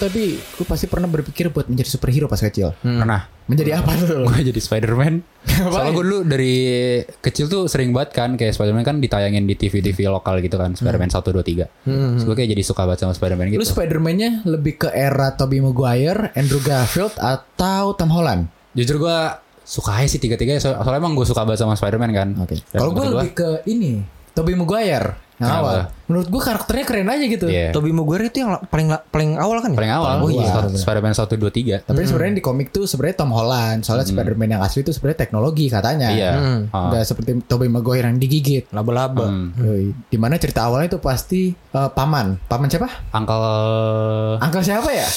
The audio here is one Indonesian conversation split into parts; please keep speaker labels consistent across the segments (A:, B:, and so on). A: lu pasti pernah berpikir buat menjadi superhero pas kecil. Pernah. Menjadi apa tuh?
B: gue jadi Spider-Man.
A: Ngapain?
B: Soalnya gue dulu dari kecil tuh sering banget kan kayak Spider-Man kan ditayangin di TV-TV lokal gitu kan, Spider-Man 1 2 3. Terus gue kayak jadi suka banget sama Spider-Man gitu.
A: Lu Spider-Man-nya lebih ke era Tobey Maguire, Andrew Garfield atau Tom Holland?
B: Jujur gue suka aja sih tiga-tiganya so- soalnya emang gue suka banget sama Spider-Man kan.
A: Oke.
B: Dan
A: Kalau gue
B: menurut
A: lebih ke ini, Tobey Maguire. Yang
B: Kenapa?
A: awal. Menurut gue karakternya keren aja gitu.
B: Iya.
C: Tobey Maguire itu yang la- paling la- paling awal kan ya?
B: paling awal
C: Oh iya.
B: Sp- Spider-Man 1 2 3.
A: Tapi sebenarnya di komik tuh sebenarnya Tom Holland, soalnya Spider-Man yang asli itu sebenarnya teknologi katanya.
B: Iya.
C: Hmm.
B: Ah.
A: Nggak seperti Tobey Maguire yang digigit.
C: Laba-laba.
B: Hmm.
A: Yoi. Dimana cerita awalnya itu pasti eh, paman. Paman siapa?
B: Uncle
A: Uncle siapa ya?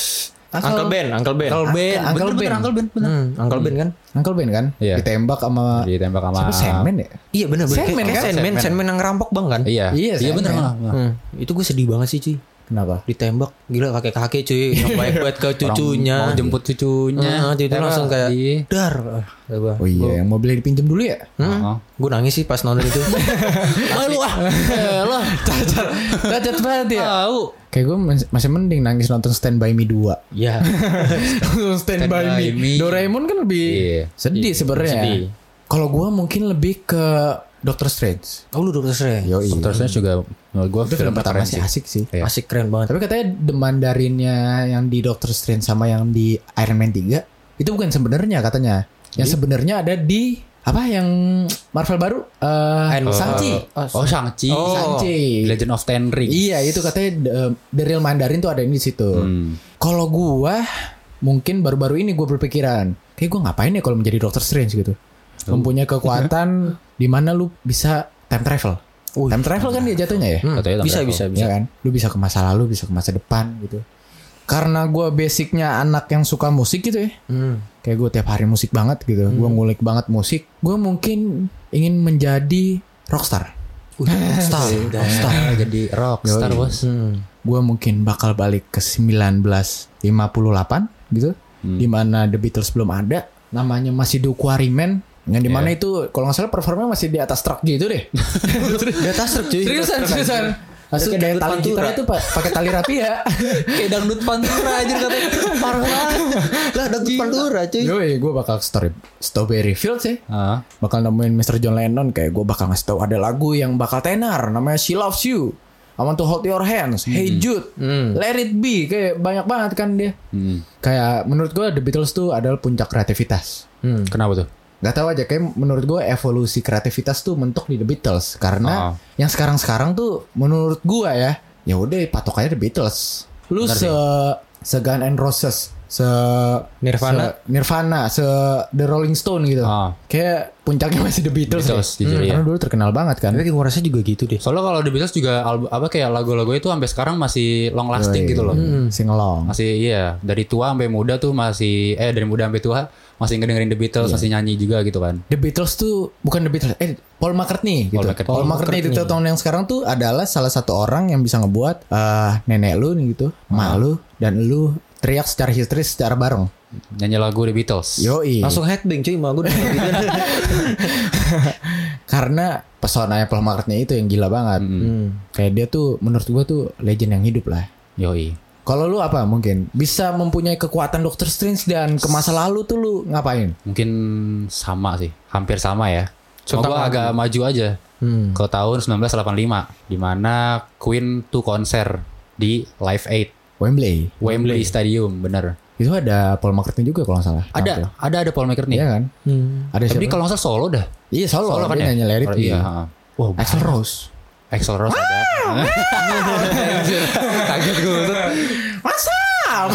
C: Uncle Ben, Uncle Ben.
A: Uncle Ben. Uncle Ben.
B: Uncle Ben. Ah, bener.
C: Hmm, Uncle Ben kan?
A: Uncle Ben kan?
B: Iya.
A: Ditembak sama
B: Ditembak sama
A: siapa Sandman ya?
C: Iya benar benar.
A: Sandman
C: Kayak-
A: kan?
C: kayak Sandman, Sandman yang ngerampok bang kan?
B: Iya.
A: Iya,
B: Iya bener.
A: Sandman.
B: malah.
C: Hmm, itu gue sedih banget sih cuy.
A: Kenapa?
B: Iya.
C: Ditembak, gila kakek-kakek cuy, yang baik banget ke cucunya.
B: Mau Iya. jemput cucunya.
C: Heeh, cucu
B: Terus
C: langsung kayak
B: di-
C: dar. Eh, Coba.
A: Oh iya, yang mau beli dipinjam dulu ya?
C: Hmm?
B: Heeh.
C: Gue nangis sih pas nonton itu. Wah lu ah.
B: Elah,
A: Cacat, cacat banget
C: Iya.
A: ya.
B: tahu.
A: Kayak gue masih mending nangis nonton Stand By Me 2.
C: Ya.
A: Stand, By,
B: By
A: Me.
B: Me.
A: Doraemon kan lebih
B: Iya.
A: sedih sebenarnya.
B: sedih.
A: Kalau gue mungkin lebih ke Doctor Strange.
C: Oh lu dokter Strange.
A: Yo
B: Doctor Strange juga menurut gue
A: Itu film pertama sih asik sih.
B: Iya.
C: Asik keren banget.
A: Tapi katanya The Mandarinnya yang di Doctor Strange sama yang di Iron Man 3 itu bukan sebenarnya katanya. Yang sebenarnya ada di apa yang Marvel baru? Eh,
C: Iron Man.
A: Shang-Chi.
B: Oh, Shang-Chi.
C: Oh.
A: Shang-Chi.
B: Legend of Ten Rings.
A: Iya itu katanya eh, The Real Mandarin tuh ada di situ.
B: Hmm.
A: Kalau gua mungkin baru-baru ini gua berpikiran, kayak gua ngapain ya kalau menjadi Doctor Strange gitu.
C: Oh.
A: Mempunyai kekuatan di mana lu bisa time travel.
C: Wih.
A: time travel kan dia jatuhnya ya?
C: Hmm,
B: Katanya
C: bisa,
B: tambah
C: bisa bisa
A: Ya kan? Lu bisa ke masa lalu, bisa ke masa depan gitu. Karena gua basicnya anak yang suka musik gitu ya.
C: Hmm.
A: Kayak gue tiap hari musik banget gitu. Gua ngulik banget musik. Gua mungkin ingin menjadi rockstar.
C: Wih, Rockstar. Rockstar.
B: Ah, jadi rockstar
A: Yoi.
B: bos.
C: Hmm.
A: gue mungkin bakal balik ke 1958 gitu
C: Hmm.
A: dimana The Beatles belum ada namanya masih The Quarrymen yang dimana
C: Iya.
A: itu kalau nggak salah performanya masih di atas truk gitu deh
C: Dia tasrek cuy.
A: seriusan seriusan Langsung
C: Kayak
A: kayak
C: dangdut
A: tali
C: pantura.
A: gitar itu pa- pakai tali ya. rapia
C: Kayak dangdut pantura aja katanya. Parah banget. Lah dangdut pantura cuy.
A: Yoi, gue bakal story Strawberry Fields ya
B: Ah.
A: Bakal nemuin Mr. John Lennon Kayak gue bakal ngasih tau ada lagu yang bakal tenar Namanya She Loves You I Want To Hold Your Hands Hey
C: Hmm.
A: Jude Let It Be Kayak banyak banget kan dia
B: Hmm.
A: kayak menurut gue The Beatles tuh adalah puncak kreativitas.
B: Kenapa tuh?
A: Gak tahu aja kayak menurut gue evolusi kreativitas tuh mentok di The Beatles karena
B: Ah.
A: yang sekarang-sekarang tuh menurut gue ya ya udah patokannya The Beatles. Lu se se Guns N' Roses, se
C: Nirvana.
A: se Nirvana, se The Rolling Stone gitu.
B: Ah.
A: Kayak puncaknya masih The Beatles.
B: Beatles,
A: deh.
B: jujur, iya.
A: Karena dulu terkenal banget kan.
C: Tapi gue ngerasa juga gitu deh.
B: Soalnya kalau The Beatles juga albu- apa kayak lagu-lagu itu sampai sekarang masih long lasting gitu loh.
A: Hmm. Singelong.
B: Masih iya, dari tua sampai muda tuh masih eh dari muda sampai tua masih ngedengerin The Beatles, masih nyanyi juga gitu kan.
A: The Beatles tuh bukan The Beatles, eh Paul McCartney gitu.
B: Paul
A: Paul
B: McCartney.
A: McCartney, di tahun yang sekarang tuh adalah salah satu orang yang bisa ngebuat eh, nenek lu nih gitu, emak lu dan lu teriak secara histeris secara bareng.
B: Nyanyi lagu The Beatles.
A: Yoi.
C: Langsung headbang cuy, mah gue udah gitu.
A: Karena pesonanya Paul McCartney itu yang gila banget. Hmm. Kayak dia tuh menurut gua tuh legend yang hidup lah.
B: Yoi.
A: Kalau lu apa mungkin bisa mempunyai kekuatan Doctor Strange dan ke masa lalu tuh lu ngapain?
B: Mungkin sama sih, hampir sama Hmm. ya. Cuma
C: Tentang
B: gua
C: lagu.
B: agak maju aja ke tahun 1985 di mana Queen tuh konser di Live Aid
A: Wembley.
B: Wembley Stadium, bener.
A: Itu ada Paul McCartney juga kalau nggak salah.
B: Ada, ada ada Paul McCartney.
A: Iya kan?
C: Hmm.
A: Ada
B: Tapi
A: siapa?
B: kalau nggak salah solo dah.
A: Iya solo,
B: Solo kan
A: dia
B: ya?
A: nyanyi Let It Be.
B: Iya. ha. Wah,
A: Axl Rose.
B: Axl Rose ada. Kaget gue.
A: Masam.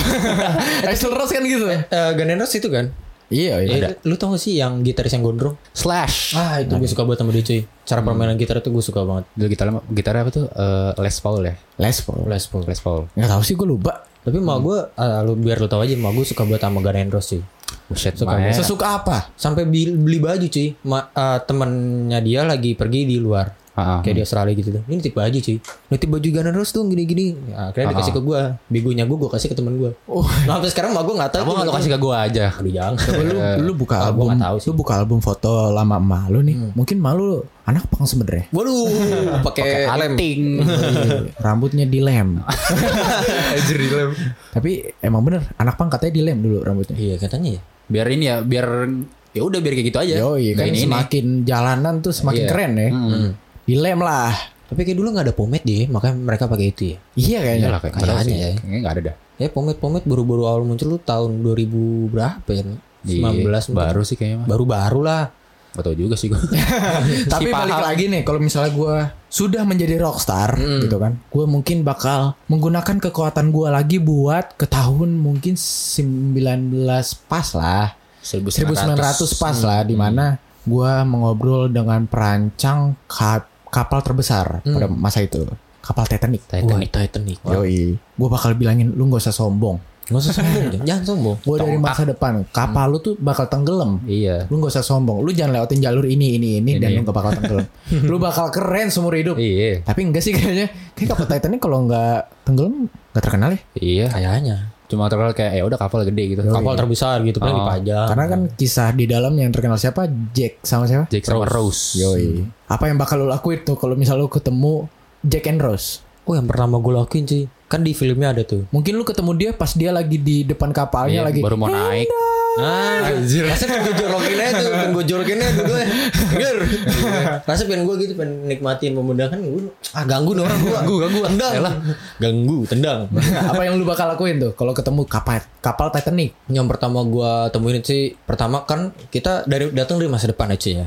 A: Axel Rose kan gitu.
C: Ganenos itu kan?
A: Iya, iya.
C: Eh, Lu tau gak sih yang gitaris yang gondrong?
B: Slash.
C: Ah itu Hmm. gue suka banget sama dia cuy. Cara permainan gitar itu gue suka banget.
B: Dulu gitar gitar apa tuh? Eh, Les Paul ya.
A: Les Paul.
C: Les Paul.
B: Les Paul.
A: Nggak tahu sih gue lupa.
C: Tapi mau gue, ah, lu biar lu tau aja, mau gue suka banget sama Guns N' Roses cuy.
B: Buset,
C: Suka
B: Mae.
A: Sesuka apa?
C: Sampai bi- beli baju cuy, Ma- ah, temennya dia eh, lagi pergi di luar.
B: Ah, ah.
C: kayak di Australia gitu tuh. Ini nitip baju cuy. Nitip baju Gun N' Roses dong gini-gini. Ya, akhirnya dikasih ke gua. Begonya gua gua kasih ke teman gua. Oh. Nah, sampai sekarang mah gua enggak tahu.
B: Kamu nggak lo kasih ke gue aja.
C: Aduh, jangan.
B: Eh,
A: lu lu buka album lu buka album foto lama malu nih
B: Hmm.
A: mungkin malu anak pang sebenernya
C: Waduh, pakai lem.
B: Anting.
A: rambutnya dilem tapi emang bener anak pang katanya dilem dulu rambutnya
C: Iya, katanya ya.
B: biar ini ya, biar ya udah biar kayak gitu aja.
A: yo iya kan
B: Kayak ini, ini.
A: semakin jalanan tuh semakin
B: Iya.
A: keren ya dilem lah
C: Tapi kayak dulu nggak ada pomade deh, makanya mereka pakai itu ya.
A: iya kayaknya
B: Iyalah, kayak
C: Kayaknya
B: kayaknya
C: ya.
B: ya. Kayaknya nggak ada dah.
C: Ya pomade-pomade baru-baru awal muncul tuh tahun 2000 berapa ya?
B: Iya,
C: 19 mungkin.
B: baru sih kayaknya mah.
C: Baru-baru lah.
B: Gak tau juga sih gue.
A: tapi
B: Si
A: balik
B: paham.
A: lagi nih kalau misalnya gue sudah menjadi rockstar
C: Hmm.
A: gitu kan gue mungkin bakal menggunakan kekuatan gue lagi buat ke tahun mungkin 19 pas lah 1900 pas lah di
C: Hmm.
A: mana gue mengobrol dengan perancang ka- kapal terbesar pada masa itu kapal Titanic.
C: Hmm. Titanic. Wah, Titanic.
A: Yoi, gue bakal bilangin lu nggak usah sombong.
C: Nggak usah sombong, Jan. jangan sombong.
A: Gue dari masa depan kapal lu tuh bakal tenggelam.
B: Iya.
A: Lu nggak usah sombong. Lu jangan lewatin jalur ini ini ini, dan lu
B: Ini.
A: gak bakal tenggelam. lu bakal keren seumur hidup.
B: Iya.
A: Tapi enggak sih kayaknya. Kayak kapal Titanic kalau nggak tenggelam nggak terkenal ya.
B: Iya.
C: Kayaknya.
B: Cuma terlalu kayak ya udah kapal gede gitu.
C: Kapal terbesar gitu, paling
B: Oh.
C: dipajang.
A: Karena kan kisah di dalamnya yang terkenal siapa? Jack sama siapa?
B: Jack sama Rose.
A: Yoi. Apa yang bakal lo lakuin tuh kalau misal lo ketemu Jack and Rose?
C: Oh yang pertama gue lakuin sih Kan di filmnya ada tuh
A: Mungkin lu ketemu dia pas dia lagi di depan kapalnya
B: Iya,
A: lagi.
B: baru mau naik.
C: Nah Anjir Rasanya pengen gue jorokin aja tuh Pengen gue jorokin aja tuh gue Ger Rasanya pengen gue gitu Pengen nikmatin pemandangan Gue ah ganggu nih orang gue Ganggu ganggu Tendang Ganggu tendang
A: Apa yang lu bakal lakuin tuh kalau ketemu kapal kapal Titanic?
C: Yang pertama gue temuin itu sih Pertama kan kita dari datang dari masa depan aja ya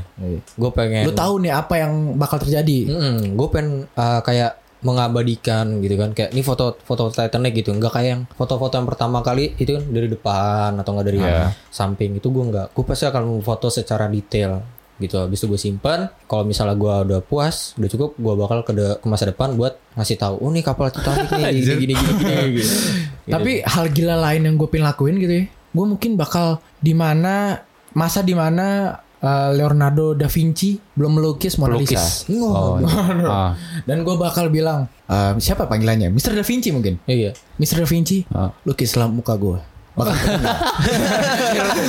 C: Gue pengen
A: Lu tahu nih apa yang bakal terjadi?
C: Gue pengen uh, kayak mengabadikan gitu kan kayak ini foto foto Titanic gitu nggak kayak yang foto-foto yang pertama kali itu kan dari depan atau nggak dari
B: Iya.
C: samping itu gue nggak gue pasti akan foto secara detail gitu habis itu gue simpan kalau misalnya gue udah puas udah cukup gue bakal ke, de- ke masa depan buat ngasih tahu oh nih kapal Titanic nih gini gini gini, gini, gini.
B: Gitu.
A: Tapi hal gila lain yang gue pengen lakuin gitu ya. Gue mungkin bakal di mana masa di mana uh, Leonardo da Vinci belum melukis Mona Lisa.
B: Pelukis.
A: Oh.
B: Ah,
A: Dan gue bakal bilang eh, siapa panggilannya? Mr. Da Vinci mungkin.
C: iya
A: Mr. Da Vinci,
B: Ah.
A: lukislah muka gue.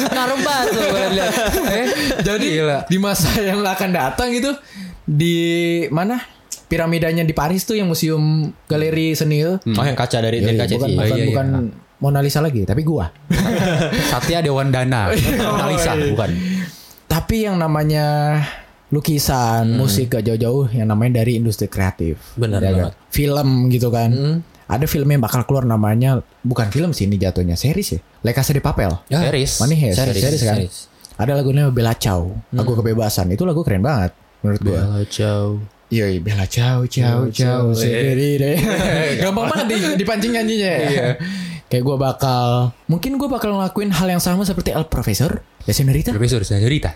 C: ngaruh banget tuh gue liat.
A: Eh, jadi di masa yang akan datang gitu di mana piramidanya di Paris tuh yang museum galeri seni itu.
B: Hmm.
C: oh yang kaca dari dari
A: Yoi,
C: kaca
A: bukan
C: sih
A: bukan,
B: iya, iya.
A: bukan Mona Lisa lagi, tapi gua.
B: Satya Dewandana.
A: Iya, oh,
B: Mona Lisa bukan.
A: tapi yang namanya lukisan, musik gak jauh-jauh yang namanya dari industri kreatif.
C: Benar
A: Ya kan?
C: banget.
A: Film gitu kan. Ada film yang bakal keluar namanya bukan film sih ini jatuhnya series ya. Le Casa de Papel.
C: Ya,
B: Series.
A: Mana ya? Series,
C: series,
A: series Hmm. kan.
C: series.
A: Ada lagunya Bella Ciao, lagu kebebasan. Itu lagu keren banget menurut gua.
B: Bella Ciao.
A: Iya, iya, Bella Ciao, Ciao, Ciao, sendiri deh. Gampang banget di, dipancing nyanyinya. Iya. Kayak gua bakal, mungkin gua bakal ngelakuin hal yang sama seperti El Profesor, La Senorita,
B: Profesor Senorita.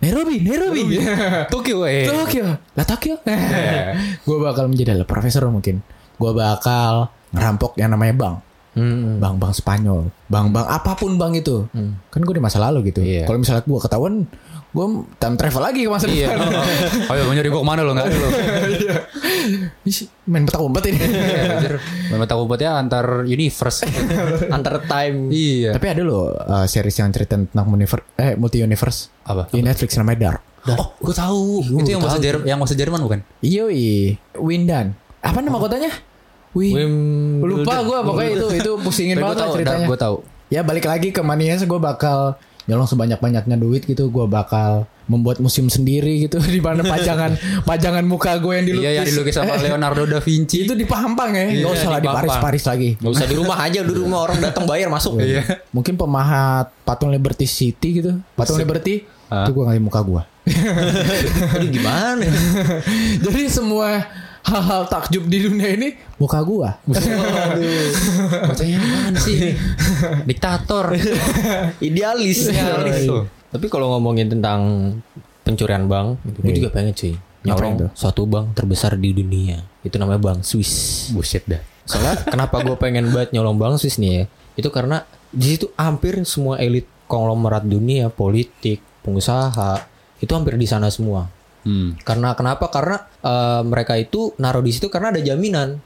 A: Nairobi, Nairobi,
B: Tokyo eh.
A: Ya. Tokyo, La Tokyo. Gua bakal menjadi El Profesor mungkin. Gua bakal ngerampok yang namanya bank.
C: Hmm.
A: Bank-bank Spanyol, bank-bank apapun bank itu, kan gue di masa lalu gitu.
B: Iya.
A: Kalau misalnya gua ketahuan, gue time travel lagi ke masa
B: Iya.
A: depan.
B: Oh iya, mau nyari gue kemana lo? Gak ada lo.
A: Ih, main petak umpet ini.
B: Iya. Memang tahu buatnya antar universe.
C: antar time
B: iya.
A: Tapi ada loh uh, series yang cerita tentang univer- eh, multi universe
B: Apa?
C: Iya.
A: di Netflix namanya Dark.
B: Oh, gue tahu. Itu yang bahasa Jerman, yang bahasa Jerman bukan?
A: Yoi, Windan. Apa nama kotanya? Wih, lupa gue pokoknya itu itu pusingin
B: Tapi gue
A: banget lah
B: tahu,
A: ceritanya.
B: gue tahu.
A: Ya balik lagi ke Manias gue bakal nyolong sebanyak-banyaknya duit gitu gue bakal membuat museum sendiri gitu di mana pajangan pajangan muka gue yang dilukis.
B: Iya, yang dilukis sama Leonardo da Vinci.
A: itu di Pahampang ya. Nggak
B: Iya,
A: usah lah
B: di
A: di
B: Pahampang.
A: Paris Paris lagi.
C: Gak usah di rumah aja, di rumah orang datang bayar masuk. Iya.
A: Mungkin pemahat patung Liberty City gitu. Patung Liberty
B: Ah.
A: itu gue ngasih muka gue.
C: Aduh gimana?
A: Jadi semua hal-hal takjub di dunia ini muka gua.
B: Bacanya apaan sih? ini? Diktator.
C: Idealis.
B: Idealis.
C: Tapi kalau ngomongin tentang pencurian bank, gue juga pengen cuy.
A: Ngapain
C: Nyolong suatu bank terbesar di dunia. Itu namanya Bank Swiss.
B: Buset dah.
C: Soalnya kenapa gue pengen banget nyolong Bank Swiss nih ya? Itu karena di situ hampir semua elit konglomerat dunia, politik, pengusaha, itu hampir di sana semua.
B: Hmm.
C: Karena kenapa? Karena eh, mereka itu naruh di situ karena ada jaminan,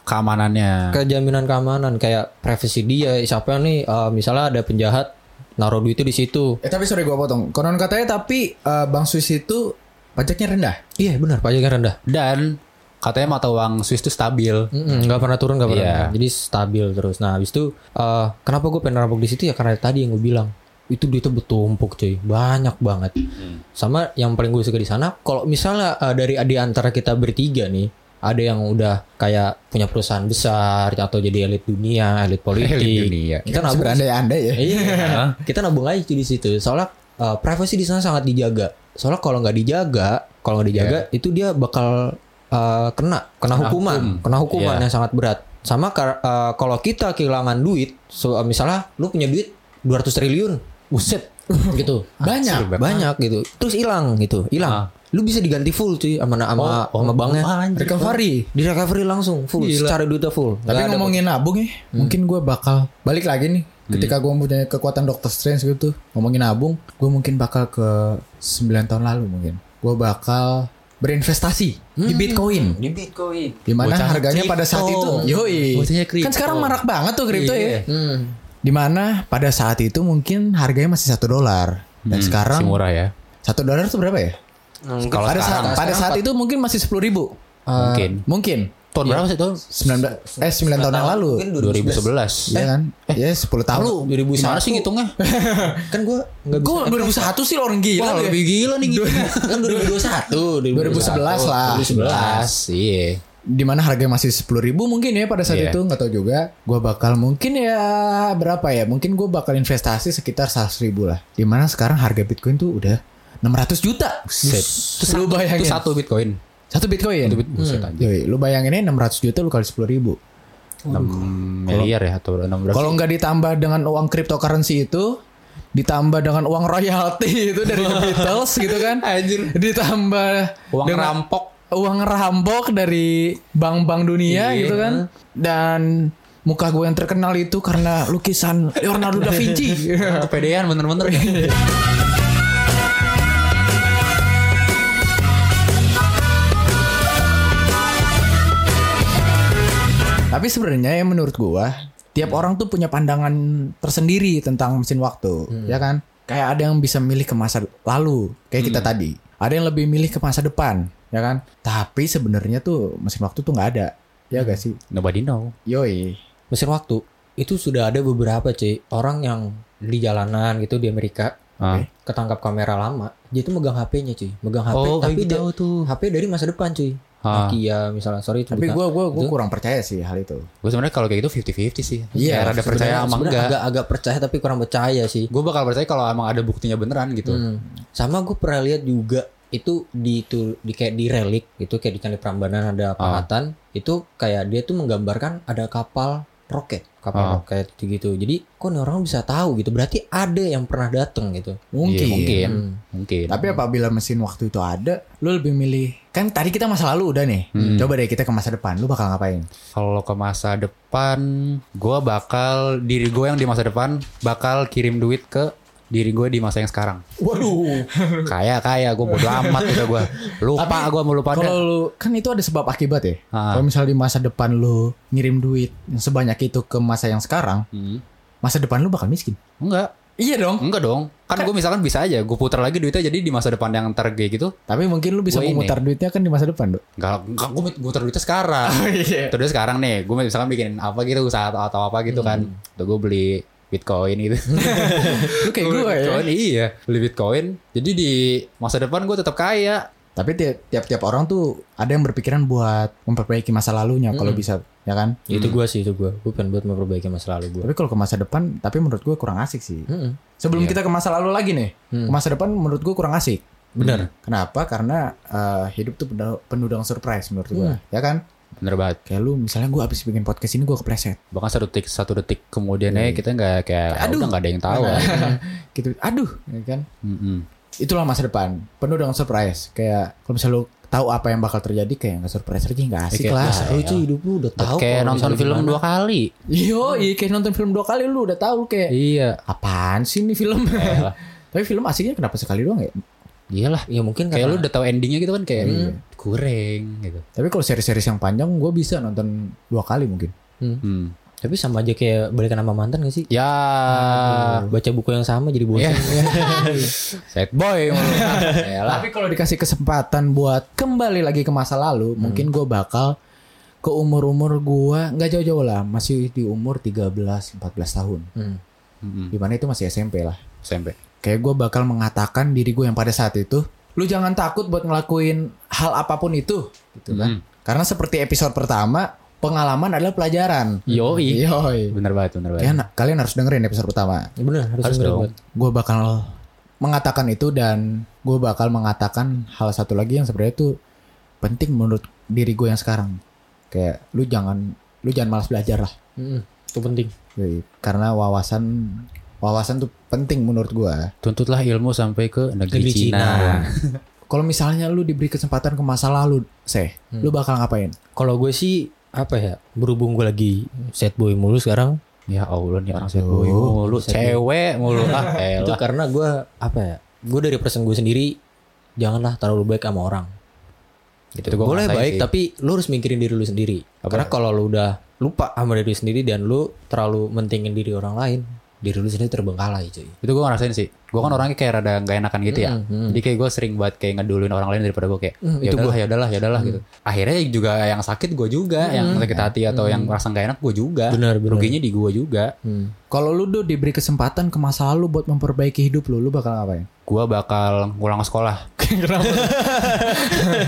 B: Keamanannya.
C: Kayak jaminan keamanan kayak privacy dia. Siapa nih? eh, misalnya ada penjahat naruh duit itu di situ.
A: Eh, tapi sorry gue potong. Konon katanya tapi eh, Bang Swiss itu pajaknya rendah.
C: Iya benar, pajaknya rendah.
B: Dan katanya mata uang Swiss itu stabil.
C: Mm-mm, Nggak pernah turun, nggak pernah.
B: Hmm. Iya.
C: naik. Jadi stabil terus. Nah, habis itu eh, kenapa gue pengen rampok di situ ya karena tadi yang gue bilang itu duitnya bertumpuk cuy banyak banget
B: Hmm.
C: sama yang paling gue suka di sana kalau misalnya eh, dari di antara kita bertiga nih ada yang udah kayak punya perusahaan besar atau jadi elit dunia elit politik
B: Elit
A: Iya,
B: dunia.
C: kita nabung
A: Berandai-andai ya.
C: Iya. kita nabung aja di situ. Soalnya uh, privasi di sana sangat dijaga. Soalnya kalau nggak dijaga, kalau nggak dijaga itu dia bakal uh, kena kena hukuman,
B: hukum.
C: kena hukuman
B: Iya.
C: yang sangat berat. Sama kar- uh, kalau kita kehilangan duit, so, uh, misalnya lu punya duit 200 triliun, buset gitu.
A: Banyak.
C: banyak, gitu. Terus hilang gitu, hilang. Lu bisa diganti full cuy sama sama, sama banknya.
A: Recovery.
C: Di recovery langsung full, secara duitnya full. Nggak
A: Tapi
C: ada-
A: ngomongin nabung ya, mungkin gue bakal balik lagi nih. Ketika gue punya kekuatan Doctor Strange gitu, ngomongin nabung, gue mungkin bakal ke 9 tahun lalu mungkin. Gue bakal berinvestasi di Bitcoin.
B: Di Bitcoin.
A: Dimana harganya pada saat itu,
B: kripto.
A: yoi.
B: Bocahnya kripto.
A: Kan sekarang marak banget tuh kripto ya.
B: Iya.
C: Hmm.
A: Dimana pada saat itu mungkin harganya masih satu dolar dan sekarang
B: Si murah ya.
A: satu dolar itu berapa ya?
B: Kalau
A: pada saat
B: sekarang
A: pada saat itu mungkin masih sepuluh ribu. Eh,
B: mungkin.
A: Mungkin
B: Tahun berapa sih tahun?
A: 19 eh 9 tahun yang lalu.
C: Mungkin
B: 2011.
A: Iya kan?
B: Eh.
A: Ya 10 tahun.
B: Lu 2001 gimana sih ngitungnya?
C: kan gue nggak
A: Gue 2001 sih lo orang gila
B: Wah,
A: lu ya.
B: lebih gila nih ngitungnya.
C: kan 2021
A: 2011 lah.
B: 2011. Iya.
A: Dimana harganya masih 10.000 ribu mungkin ya pada saat
B: Iya.
A: itu nggak tahu juga. Gue bakal mungkin ya berapa ya? Mungkin gue bakal investasi sekitar 100.000 ribu lah. Dimana sekarang harga bitcoin tuh udah 600 juta.
B: Set. Itu
A: Lu
B: satu, itu
A: bayangin.
B: satu Bitcoin.
A: Satu bitcoin.
B: Itu bit- buset anjing.
A: Yoi, lu bayanginnya 600 juta lu kali 10.000 ribu.
B: 6 miliar ya atau 6 berapa?
A: Kalau nggak ditambah dengan uang cryptocurrency itu, ditambah dengan uang royalti itu dari The Beatles gitu kan,
B: Anjir.
A: ditambah
B: Uang
A: dengan
B: rampok.
A: uang rampok dari bank-bank dunia
C: Iya.
A: gitu kan, dan muka gue yang terkenal itu karena lukisan Leonardo da Vinci.
B: Kepedean bener-bener.
A: Tapi sebenarnya ya menurut gua tiap orang tuh punya pandangan tersendiri tentang mesin waktu, ya kan? Kayak ada yang bisa milih ke masa lalu, kayak kita tadi. Ada yang lebih milih ke masa depan, ya kan? Tapi sebenarnya tuh mesin waktu tuh nggak ada, ya gak sih?
B: Nobody know.
A: Yoi.
C: mesin waktu itu sudah ada beberapa cuy orang yang di jalanan gitu di Amerika
B: Ah.
C: ketangkap kamera lama dia itu megang HP-nya cuy megang HP
B: Oh,
C: tapi
B: tapi
C: dia,
B: tahu tuh.
C: HP dari masa depan cuy
B: Ah.
C: Nokia misalnya sorry
A: Tapi
C: sebutnya.
A: gua gua gua
C: Itu?
A: kurang percaya sih hal itu.
B: Gue sebenarnya kalau kayak gitu 50-50 sih.
A: Iya,
B: Kayak rada percaya
C: Sebenarnya-
B: sama
C: sebenarnya
B: enggak.
C: agak agak percaya tapi kurang percaya sih
B: Gue bakal percaya kalau emang ada buktinya beneran gitu.
C: Hmm. sama gue pernah lihat juga itu di itu di kayak di relik itu kayak di Candi Prambanan ada pahatan itu kayak dia tuh menggambarkan ada kapal roket
B: Ah.
C: kapal roket gitu jadi kok nih orang bisa tahu gitu berarti ada yang pernah dateng gitu
A: Mungkin.
B: Iya, mungkin.
C: Hmm.
B: Mungkin.
A: Tapi apabila mesin waktu itu ada, lu lebih milih kan tadi kita masa lalu udah nih.
B: Hmm.
A: Coba deh kita ke masa depan, lu bakal ngapain?
B: Kalau ke masa depan, gue bakal diri gue yang di masa depan bakal kirim duit ke diri gue di masa yang sekarang.
A: Waduh.
B: Kaya kaya gue bodo amat udah gue lupa
A: Tapi
B: gue mau lupa
A: Kalau
B: deh.
A: lu kan itu ada sebab akibat ya.
B: Ah.
A: Kalau misalnya di masa depan lu ngirim duit yang sebanyak itu ke masa yang sekarang,
B: Hmm.
A: masa depan lu bakal miskin.
B: Enggak,
A: Iya dong.
B: enggak dong. Kan gue misalkan bisa aja gue putar lagi duitnya jadi di masa depan yang ntar kayak gitu.
A: Tapi mungkin lu bisa
B: Gua ini.
A: memutar duitnya kan di masa depan, Dok.
B: Enggak, enggak gue putar duitnya sekarang.
A: Iya.
B: Terus sekarang nih, gue misalkan bikin apa gitu usaha atau, atau apa gitu kan.
A: Hmm.
B: Tuh gue beli Bitcoin gitu.
A: lu kayak gue ya.
B: Bitcoin, iya, beli Bitcoin. Jadi di masa depan gue tetap kaya.
A: Tapi tiap- tiap-tiap orang tuh ada yang berpikiran buat memperbaiki masa lalunya kalau bisa, ya kan?
C: itu gue sih itu gue gue pengen buat memperbaiki masa lalu gue
A: Tapi kalau ke masa depan, tapi menurut gue kurang asik sih.
C: Mm-mm.
A: Sebelum kita ke masa lalu lagi nih, ke
C: Hmm.
A: masa depan menurut gue kurang asik.
C: benar
A: Kenapa? Karena eh, hidup tuh penuh, penuh dengan surprise menurut gue, ya kan?
B: Bener banget.
A: Kayak lu misalnya gue abis bikin podcast ini gue kepleset.
B: Bahkan satu detik satu detik kemudian ya
C: Iya,
B: kita nggak kayak ah, udah nggak ada yang tahu. lah.
A: gitu aduh ya kan
B: Mm-mm.
A: itulah masa depan penuh dengan surprise kayak kalau misalnya lu tahu apa yang bakal terjadi kayak nggak surprise lagi nggak asik
B: Kayak,
A: lah
B: ah,
C: seru cuy hidup lu udah tahu
B: kayak
C: kalau
B: nonton
C: misalnya
B: film
C: gimana.
B: dua kali.
A: yo iya kayak nonton film dua kali lu udah tahu lu kayak
B: Iya.
A: apaan sih ini film tapi film asiknya kenapa sekali doang ya
B: Iyalah.
C: Ya mungkin
B: Kayak
C: karena
B: lu udah tahu endingnya gitu kan kayak
C: Hmm.
B: kurang gitu.
A: Tapi kalau seri-seri yang panjang gue bisa nonton dua kali mungkin.
B: Hmm.
C: Tapi sama aja kayak balikan sama mantan gak sih? Hmm,
B: Ya,
C: Baca buku yang sama jadi bosan.
B: ya. Sad boy. Yalah.
A: Tapi kalau dikasih kesempatan buat kembali lagi ke masa lalu, mungkin gue bakal ke umur-umur gue nggak jauh-jauh lah, masih di umur 13-14 tahun.
B: Mm-mm.
C: Hmm.
A: Dimana itu masih SMP lah.
B: SMP.
A: Kayak gue bakal mengatakan diri gue yang pada saat itu, lu jangan takut buat ngelakuin hal apapun itu, gitu kan?
B: Mm.
A: Karena seperti episode pertama, pengalaman adalah pelajaran.
B: Yoi.
A: Yoi.
B: Iya. Bener banget, bener banget.
C: Kan?
A: Kalian, kalian harus dengerin episode pertama.
C: Ya bener harus,
B: Harus
C: dengerin
B: dong.
C: buat.
A: Gue bakal mengatakan itu dan gue bakal mengatakan hal satu lagi yang sebenarnya itu penting menurut diri gue yang sekarang. Kayak lu jangan lu jangan malas belajar lah.
C: Mm-mm. Hmm, Itu penting.
A: Jadi, Karena wawasan wawasan tuh penting menurut gue.
B: Tuntutlah ilmu sampai ke negeri,
C: Negeri
B: Cina.
C: Cina.
A: Kalau misalnya lu diberi kesempatan ke masa lalu, seh,
C: Hmm.
A: lu bakal ngapain?
C: Kalau gue sih apa ya? Berhubung gue lagi sad boy mulu sekarang.
B: Ya Allah nih orang sad
A: Aduh,
B: boy mulu,
C: sad boy.
B: cewek mulu. Ah,
C: Itu
B: elah.
C: karena gue apa ya? Gue dari person gue sendiri janganlah terlalu baik sama orang.
B: Gitu, gua
C: Boleh
B: ngerasain
C: baik
B: sih.
C: tapi lu harus mikirin diri lu sendiri.
B: Apa?
C: Karena kalau lu udah lupa sama diri lu sendiri dan lu terlalu mentingin diri orang lain, diri lu sendiri terbengkalai cuy.
B: itu gue ngerasain sih gue kan orangnya kayak rada gak enakan gitu ya
C: Mm, mm.
B: jadi kayak gue sering banget kayak ngeduluin orang lain daripada gue kayak
C: Mm,
B: ya
C: itu
B: udahlah ya udahlah ya udahlah gitu akhirnya juga yang sakit gue juga yang sakit hati atau yang merasa gak enak gue juga
C: Benar, benar.
B: ruginya di gue juga
C: Hmm.
A: Kalau lu tuh diberi kesempatan ke masa lalu buat memperbaiki hidup lu, lu bakal ngapain?
B: gue bakal ngulang sekolah
A: Kenapa?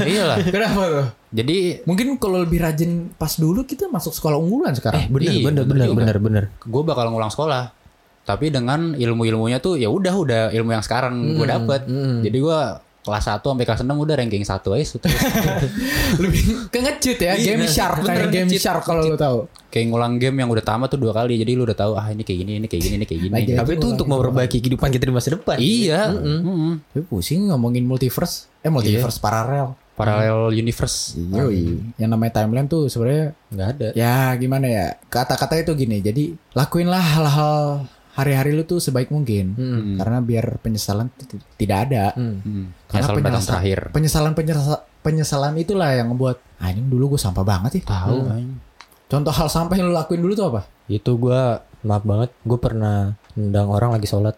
B: iya lah
A: Kenapa tuh?
B: jadi
A: Mungkin kalau lebih rajin pas dulu kita masuk sekolah unggulan sekarang.
C: Bener,
B: Iya,
C: bener,
B: bener
C: bener,
B: juga.
C: bener, bener.
B: gue bakal ngulang sekolah tapi dengan ilmu-ilmunya tuh ya udah udah ilmu yang sekarang gue
C: Mm,
B: dapet
C: mm.
B: jadi gue kelas 1 sampai kelas 6 udah ranking 1 aja terus
A: lebih ke nge-cheat ya,
B: Eh, Iya,
A: game shark
B: bener,
A: kayak game
B: nge-cheat,
A: shark kalau lu tahu.
B: kayak ngulang game yang udah tamat tuh dua kali jadi lu udah tahu ah ini kayak gini ini kayak gini ini kayak gini
A: Lagi.
C: Tapi itu untuk memperbaiki kehidupan kita di masa depan.
B: Iya. Mm-mm.
A: Tapi pusing ngomongin multiverse, eh multiverse
B: Iya.
A: paralel.
B: Paralel universe.
A: Yoi. Yang namanya timeline tuh sebenarnya
C: Enggak ada.
A: ya gimana ya? Kata-kata itu gini. Jadi lakuinlah hal-hal hari-hari lu tuh sebaik mungkin.
B: Mm.
A: Karena biar penyesalan t- t- tidak ada.
C: Hmm.
B: Mm.
A: Karena
B: Penyesalan datang terakhir.
A: penyesalan penyesal- penyesalan itulah yang membuat anjing dulu gue sampah banget ya.
B: Tahu.
C: Mm.
B: anjing.
A: Contoh hal sampah yang lu lakuin dulu tuh apa?
C: Itu gua maaf banget, gue pernah nendang orang lagi sholat.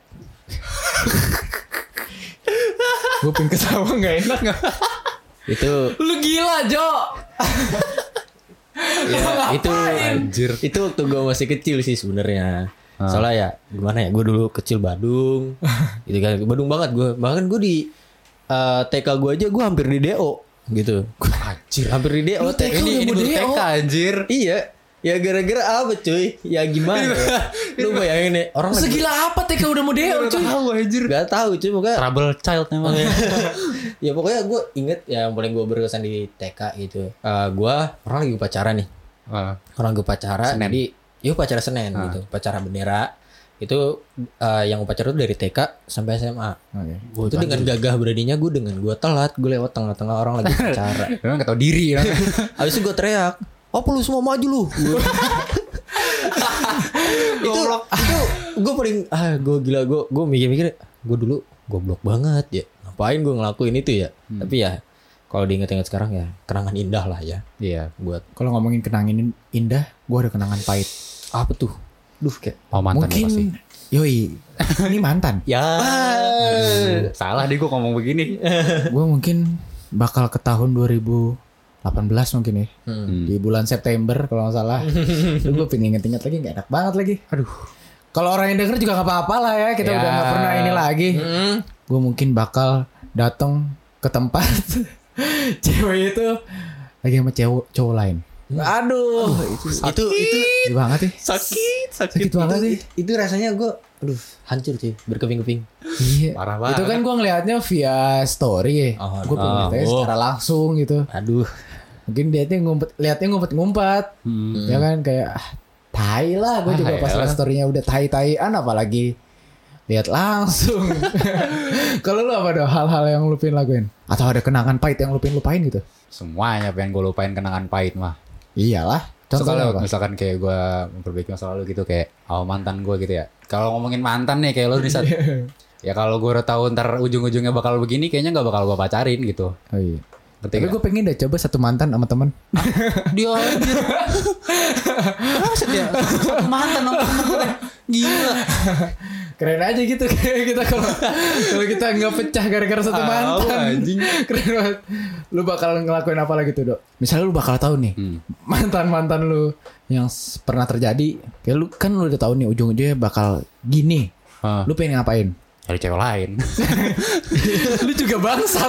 A: gue pengen ketawa nggak enak nggak?
C: Itu
A: Lu gila Jo.
B: itu anjir.
C: itu waktu gue masih kecil sih sebenarnya. Soalnya ya gimana ya, gue dulu kecil Badung, gitu kan, Badung banget gue. Bahkan gue di eh, TK gue aja gue hampir di DO gitu.
B: Anjir.
C: hampir di DO.
A: Lu TK udah
C: ini ini
A: mau
C: baru
A: DO.
C: TK anjir. Iya. Ya gara-gara apa cuy? Ya gimana? ya? Lu bayangin nih orang lagi
A: Segila apa TK udah mau deo cuy?
C: Gak tahu cuy, pokoknya
B: Trouble child memang.
C: ya pokoknya gue inget ya yang paling gue berkesan di TK gitu Eh gue orang lagi pacaran nih
B: Ah.
C: orang gue pacaran
B: Senin.
C: jadi yuk pacara Senin gitu pacara bendera itu eh, yang gue pacar tuh dari TK sampai SMA
A: Oh, iya.
C: itu dengan gagah beraninya gue dengan gue telat gue lewat tengah-tengah orang lagi pacara
B: Memang gak tau diri. kan.
C: habis itu gue teriak apa lu semua maju lu Gua- itu itu gue paling ah gue gila gue gue mikir-mikir gue dulu goblok banget ya ngapain gue ngelakuin itu ya tapi ya kalau diingat-ingat sekarang ya kenangan indah lah ya
B: Iya.
C: buat
A: Kalau ngomongin kenangin indah, gue ada kenangan pahit.
C: apa tuh duh kayak
B: Oh mantan
A: Mungkin,
B: ya pasti.
A: yoi, ini mantan.
C: ya
B: Salah deh gue ngomong begini.
A: gue mungkin bakal ke tahun 2018 mungkin ya,
B: Hmm.
A: di bulan September kalau nggak salah. gue pengen inget-inget lagi, nggak enak banget lagi. Aduh. Kalau orang yang denger juga nggak apa-apa lah ya, kita
B: Ya.
A: udah nggak pernah ini lagi. Gue mungkin bakal datang ke tempat cewek itu lagi sama cewek cowok lain. Aduh, itu
C: itu itu
A: sedih banget ya.
C: sakit
A: Sakit banget sih.
C: itu, itu rasanya gue aduh hancur sih berkeping-keping
A: Iya.
B: Parah
A: Itu kan gue ngelihatnya via story ya.
C: Oh,
A: gue pengen
C: no.
A: lihatnya secara langsung gitu.
C: aduh
A: Mungkin dia tuh ngumpet, liatnya ngumpet-ngumpet.
B: Hmm.
A: Ya kan kayak ah, tai lah. Gue
B: Ah,
A: juga pas
B: ya.
A: liat storynya udah tai-taian apalagi lihat langsung. Kalau lu apa dong hal-hal yang lu pengen lakuin? Atau ada kenangan pahit yang lu pengen lupain gitu?
B: Semuanya pengen gue lupain kenangan pahit mah.
A: Iyalah.
B: So,
A: Contohnya
B: kalau
A: apa?
B: misalkan kayak gue memperbaiki masa lalu gitu kayak oh mantan gue gitu ya. Kalau ngomongin mantan nih kayak lo nih Sat. ya kalau gue udah tahu ntar ujung-ujungnya bakal begini kayaknya nggak bakal gue pacarin gitu
A: Oh iya.
B: ngerti
A: Tapi
B: nggak?
A: gue pengen deh coba satu mantan sama teman.
B: dia anjir Maksud ya satu mantan sama temen. gila
A: Keren aja gitu kayak kita kalau kalau kita nggak pecah gara-gara satu
B: Tahu,
A: mantan.
B: anjing.
A: Keren banget. Lu bakal ngelakuin apa lagi tuh, Dok? Misalnya lu bakal tahu nih
B: Hmm.
A: mantan-mantan lu yang s- pernah terjadi, kayak lu kan lu udah tahu nih ujung-ujungnya bakal gini.
B: Ah,
A: Lu pengen ngapain?
B: cari cewek lain
A: lu juga bangsat.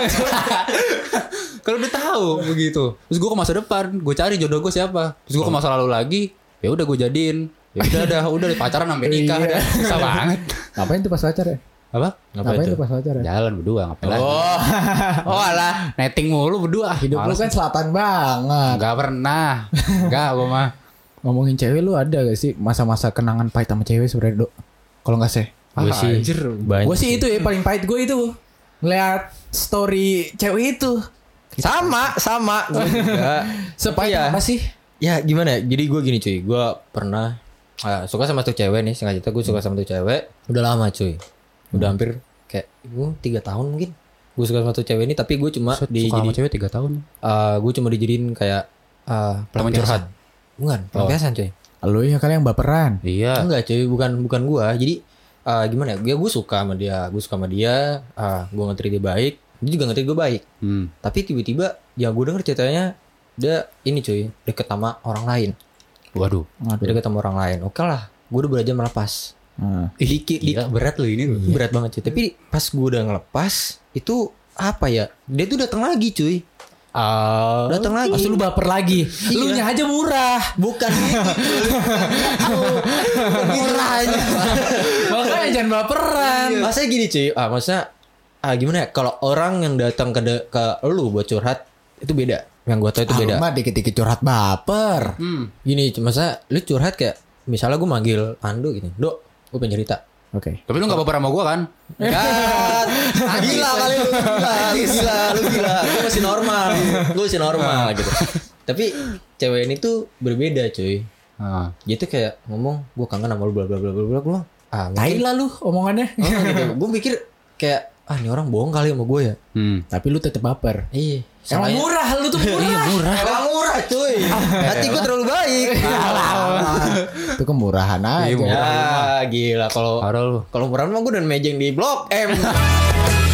B: kalau udah tahu begitu terus gue ke masa depan gue cari jodoh gue siapa terus gue ke masa lalu lagi ya udah gue jadiin ya udah dah udah pacaran sampai nikah
A: Iya.
B: dah. susah banget
A: ngapain tuh pas pacar ya?
B: apa
A: Ngapain, tuh pas pacar ya?
B: jalan berdua ngapain lagi oh oh alah netting mulu berdua hidup
A: Hidup lu kan selatan banget.
B: Gak pernah Gak gue mah
A: Ngomongin cewek lu ada gak sih masa-masa kenangan pahit sama cewek sebenarnya, Dok? Kalau nggak sih?
B: Ah,
C: Gue sih
B: anjir,
C: banyak
A: Gue sih itu ya paling pahit gue itu ngeliat story cewek itu.
C: Sama, sama. Gua juga.
A: Sepahit
C: Iya.
A: apa sih?
C: ya gimana ya? Jadi gue gini cuy, gue pernah ah, suka sama tuh cewek nih, sengaja gue
B: Hmm.
C: suka sama tuh cewek. Udah lama cuy, udah hampir kayak gue tiga tahun mungkin. Gue suka sama tuh cewek ini, tapi gue cuma di
B: Suka sama cewek 3 tahun
C: gue cuma dijadiin kayak ah,
B: Teman
C: pelampiasan.
B: curhat. Oh.
C: Bukan, pelampiasan cuy.
A: Lu ya kalian yang baperan.
B: Iya
C: Enggak cuy, bukan bukan gua. Jadi eh, gimana ya? Gue suka sama dia, gue suka sama dia, ah, gua gue ngetrit dia baik, dia juga ngetrit gue baik.
B: hmm.
C: Tapi tiba-tiba ya gue denger ceritanya dia ini cuy, deket sama orang lain.
B: Waduh
C: Dia deket sama orang lain. Oke lah, gue udah belajar melepas.
A: Nah,
C: Dikit,
B: Gila
C: dikit.
B: berat lu ini lu.
C: berat banget cuy. Tapi pas gue udah ngelepas, itu apa ya? Dia tuh datang lagi cuy.
B: Ah,
C: Datang lagi. Iya.
A: Terus lu baper lagi. Lu nya aja murah.
C: Bukan gitu. Murahnya
A: Makanya jangan baperan.
C: Maksudnya gini cuy, ah maksudnya ah gimana ya? Kalau orang yang datang ke de- ke lu buat curhat itu beda. Yang gua tau itu beda.
A: Lu mah Ah, dikit-dikit curhat baper.
B: hmm.
C: Gini, cuy, maksudnya lu curhat kayak misalnya gua manggil Pandu gini, "Dok, gua pengen cerita."
A: Oke.
B: Tapi lu gak baper sama gue kan
C: Kan, gila kali lu, gila, lu gila, lu gila. Gue masih normal, gue masih normal gitu. Tapi cewek ini tuh berbeda cuy.
B: ah.
C: Dia tuh kayak ngomong, gue kangen sama lu bla bla bla bla bla. Gue bilang, ah
A: Tai
C: mungkin
A: lah lu omongannya.
C: Ah, gitu. Gue mikir kayak, ah ini orang bohong kali sama gue ya.
B: hmm.
A: Tapi lu tetep baper. Iya,
C: Iya.
A: Emang
C: salahnya-
A: murah lu tuh murah.
C: murah. Emang murah cuy. Hati gue terlalu baik.
A: Itu kemurahan aja.
B: Iya, murah.
C: ya gila kalau
B: Parah lu
C: kalau murah mah gue dan mejeng di blok M.